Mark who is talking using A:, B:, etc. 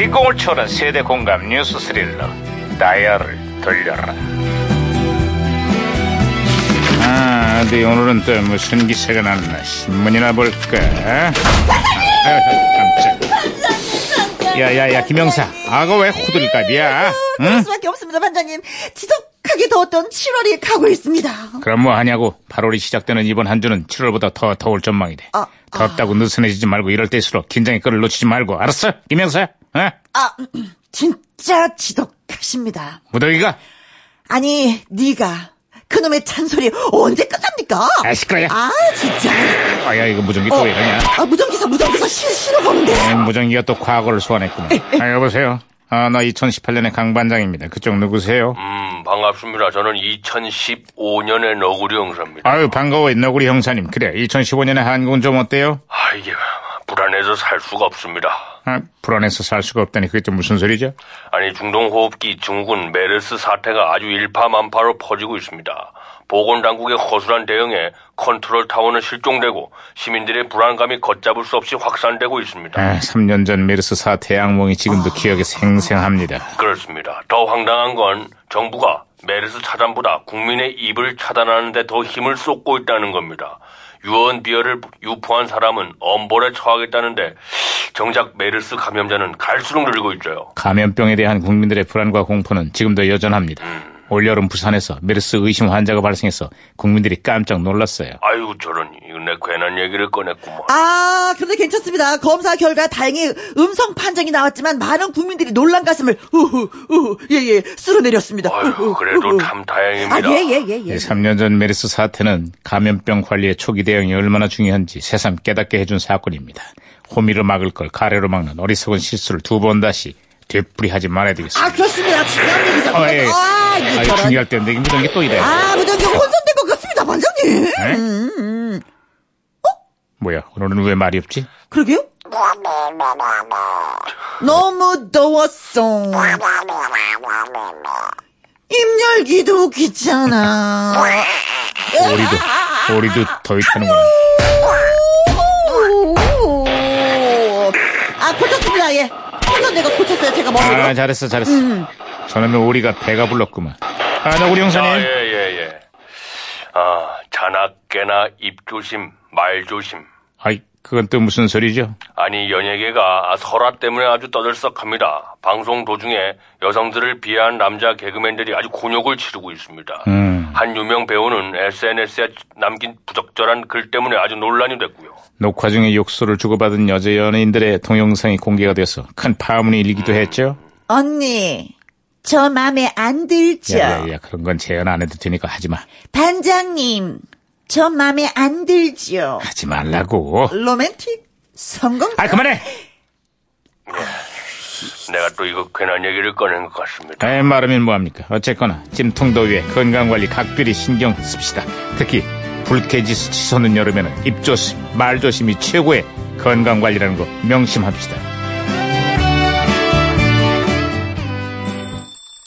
A: 일공을 초월한 세대 공감 뉴스 스릴러 다이얼을 돌려라 아 어디 오늘은 또 무슨 기사가 났나 신문이나 볼까 반장님 깜짝 야야야 김영사 아가 왜 호들갑이야
B: 그럴 수밖에 없습니다, 반장님. 지독하게 더웠던 7월이 가고 있습니다.
A: 그럼 뭐 하냐고 8월이 시작되는 이번 한 주는 7월보다 더 더울 전망이래
B: 아, 아.
A: 덥다고 느슨해지지 말고 이럴 때일수록 긴장의 끈을 놓치지 말고 알았어 김영사 어?
B: 아, 진짜 지독하십니다.
A: 무더기가
B: 아니, 네가 그놈의 잔소리 언제 끝납니까?
A: 아, 시끄러워.
B: 아, 진짜.
A: 아야 이거 무전기
B: 어,
A: 또 이러냐
B: 아, 무전기사, 무전기사 실, 실어 보는데.
A: 아, 무전기가 또 과거를 소환했구나. 아, 여보세요. 아, 나 2018년의 강반장입니다. 그쪽 누구세요?
C: 음, 반갑습니다. 저는 2015년의 너구리 형사입니다.
A: 아유, 반가워, 너구리 형사님. 그래, 2015년에 한국은 좀 어때요?
C: 아, 이게 불안해서 살 수가 없습니다.
A: 아, 불안해서 살 수가 없다니 그게 또 무슨 소리죠?
C: 아니, 중동호흡기 증후군 메르스 사태가 아주 일파만파로 퍼지고 있습니다. 보건당국의 허술한 대응에 컨트롤타워는 실종되고 시민들의 불안감이 걷잡을 수 없이 확산되고 있습니다.
A: 아, 3년 전 메르스 사태 악몽이 지금도 기억에 생생합니다.
C: 그렇습니다. 더 황당한 건 정부가 메르스 차단보다 국민의 입을 차단하는데 더 힘을 쏟고 있다는 겁니다. 유언 비어를 유포한 사람은 엄벌에 처하겠다는데 정작 메르스 감염자는 갈수록 늘고 있죠.
A: 감염병에 대한 국민들의 불안과 공포는 지금도 여전합니다. 올여름 부산에서 메르스 의심 환자가 발생해서 국민들이 깜짝 놀랐어요.
C: 아유 저런 이거 내 괜한 얘기를 꺼냈구먼.
B: 아, 그런데 괜찮습니다. 검사 결과 다행히 음성 판정이 나왔지만 많은 국민들이 놀란 가슴을 우후 우후 예예 쓸어내렸습니다.
C: 아유
B: 우후,
C: 그래도
B: 우후.
C: 참
B: 아,
C: 다행입니다.
B: 예, 예, 예, 예.
A: 3년 전 메르스 사태는 감염병 관리의 초기 대응이 얼마나 중요한지 새삼 깨닫게 해준 사건입니다. 호미로 막을 걸 가래로 막는 어리석은 실수를 두 번 다시 되풀이하지 말아야 되겠습니다.
B: 아, 그렇습니다. 중요한 얘기죠.
A: 어, 예.
B: 아, 이게
A: 아유,
B: 저런.
A: 중요할 때인데 이게 무전기 또 이래.
B: 아, 무전기 혼선된 것 같습니다,
A: 에?
B: 반장님.
A: 뭐야 오늘은 왜 말이 없지?
B: 그러게요? 너무 더웠어. 입열기도 귀찮아.
A: 오리도 오리도 더위 타는구나.
B: 아, 고쳤습니다, 예. 혼선내가 고쳤어요, 제가 먹으러.
A: 아 잘했어 잘했어. 저놈의 오리가 배가 불렀구만. 아 너구리
C: 아,
A: 형사님.
C: 예, 예, 예. 아, 자나깨나 입조심, 말조심.
A: 아이 그건 또 무슨 소리죠?
C: 아니 연예계가 설화 때문에 아주 떠들썩합니다. 방송 도중에 여성들을 비하한 남자 개그맨들이 아주 곤욕을 치르고 있습니다. 한 유명 배우는 SNS에 남긴 부적절한 글 때문에 아주 논란이 됐고요.
A: 녹화 중에 욕설을 주고받은 여자 연예인들의 동영상이 공개가 돼서 큰 파문이 일기도 했죠.
B: 언니, 저 맘에 안 들죠?
A: 야야야 그런 건 재현 안 해도 되니까 하지 마.
B: 반장님, 저 맘에 안 들죠?
A: 하지 말라고.
B: 로맨틱? 성공?
A: 아 그만해.
C: 내가 또 이거 괜한 얘기를 꺼낸 것 같습니다.
A: 에 아, 말하면 뭐합니까? 어쨌거나 찜통더위에 건강관리 각별히 신경 씁시다. 특히 불쾌지수 치솟는 여름에는 입조심, 말조심이 최고의 건강관리라는 거 명심합시다.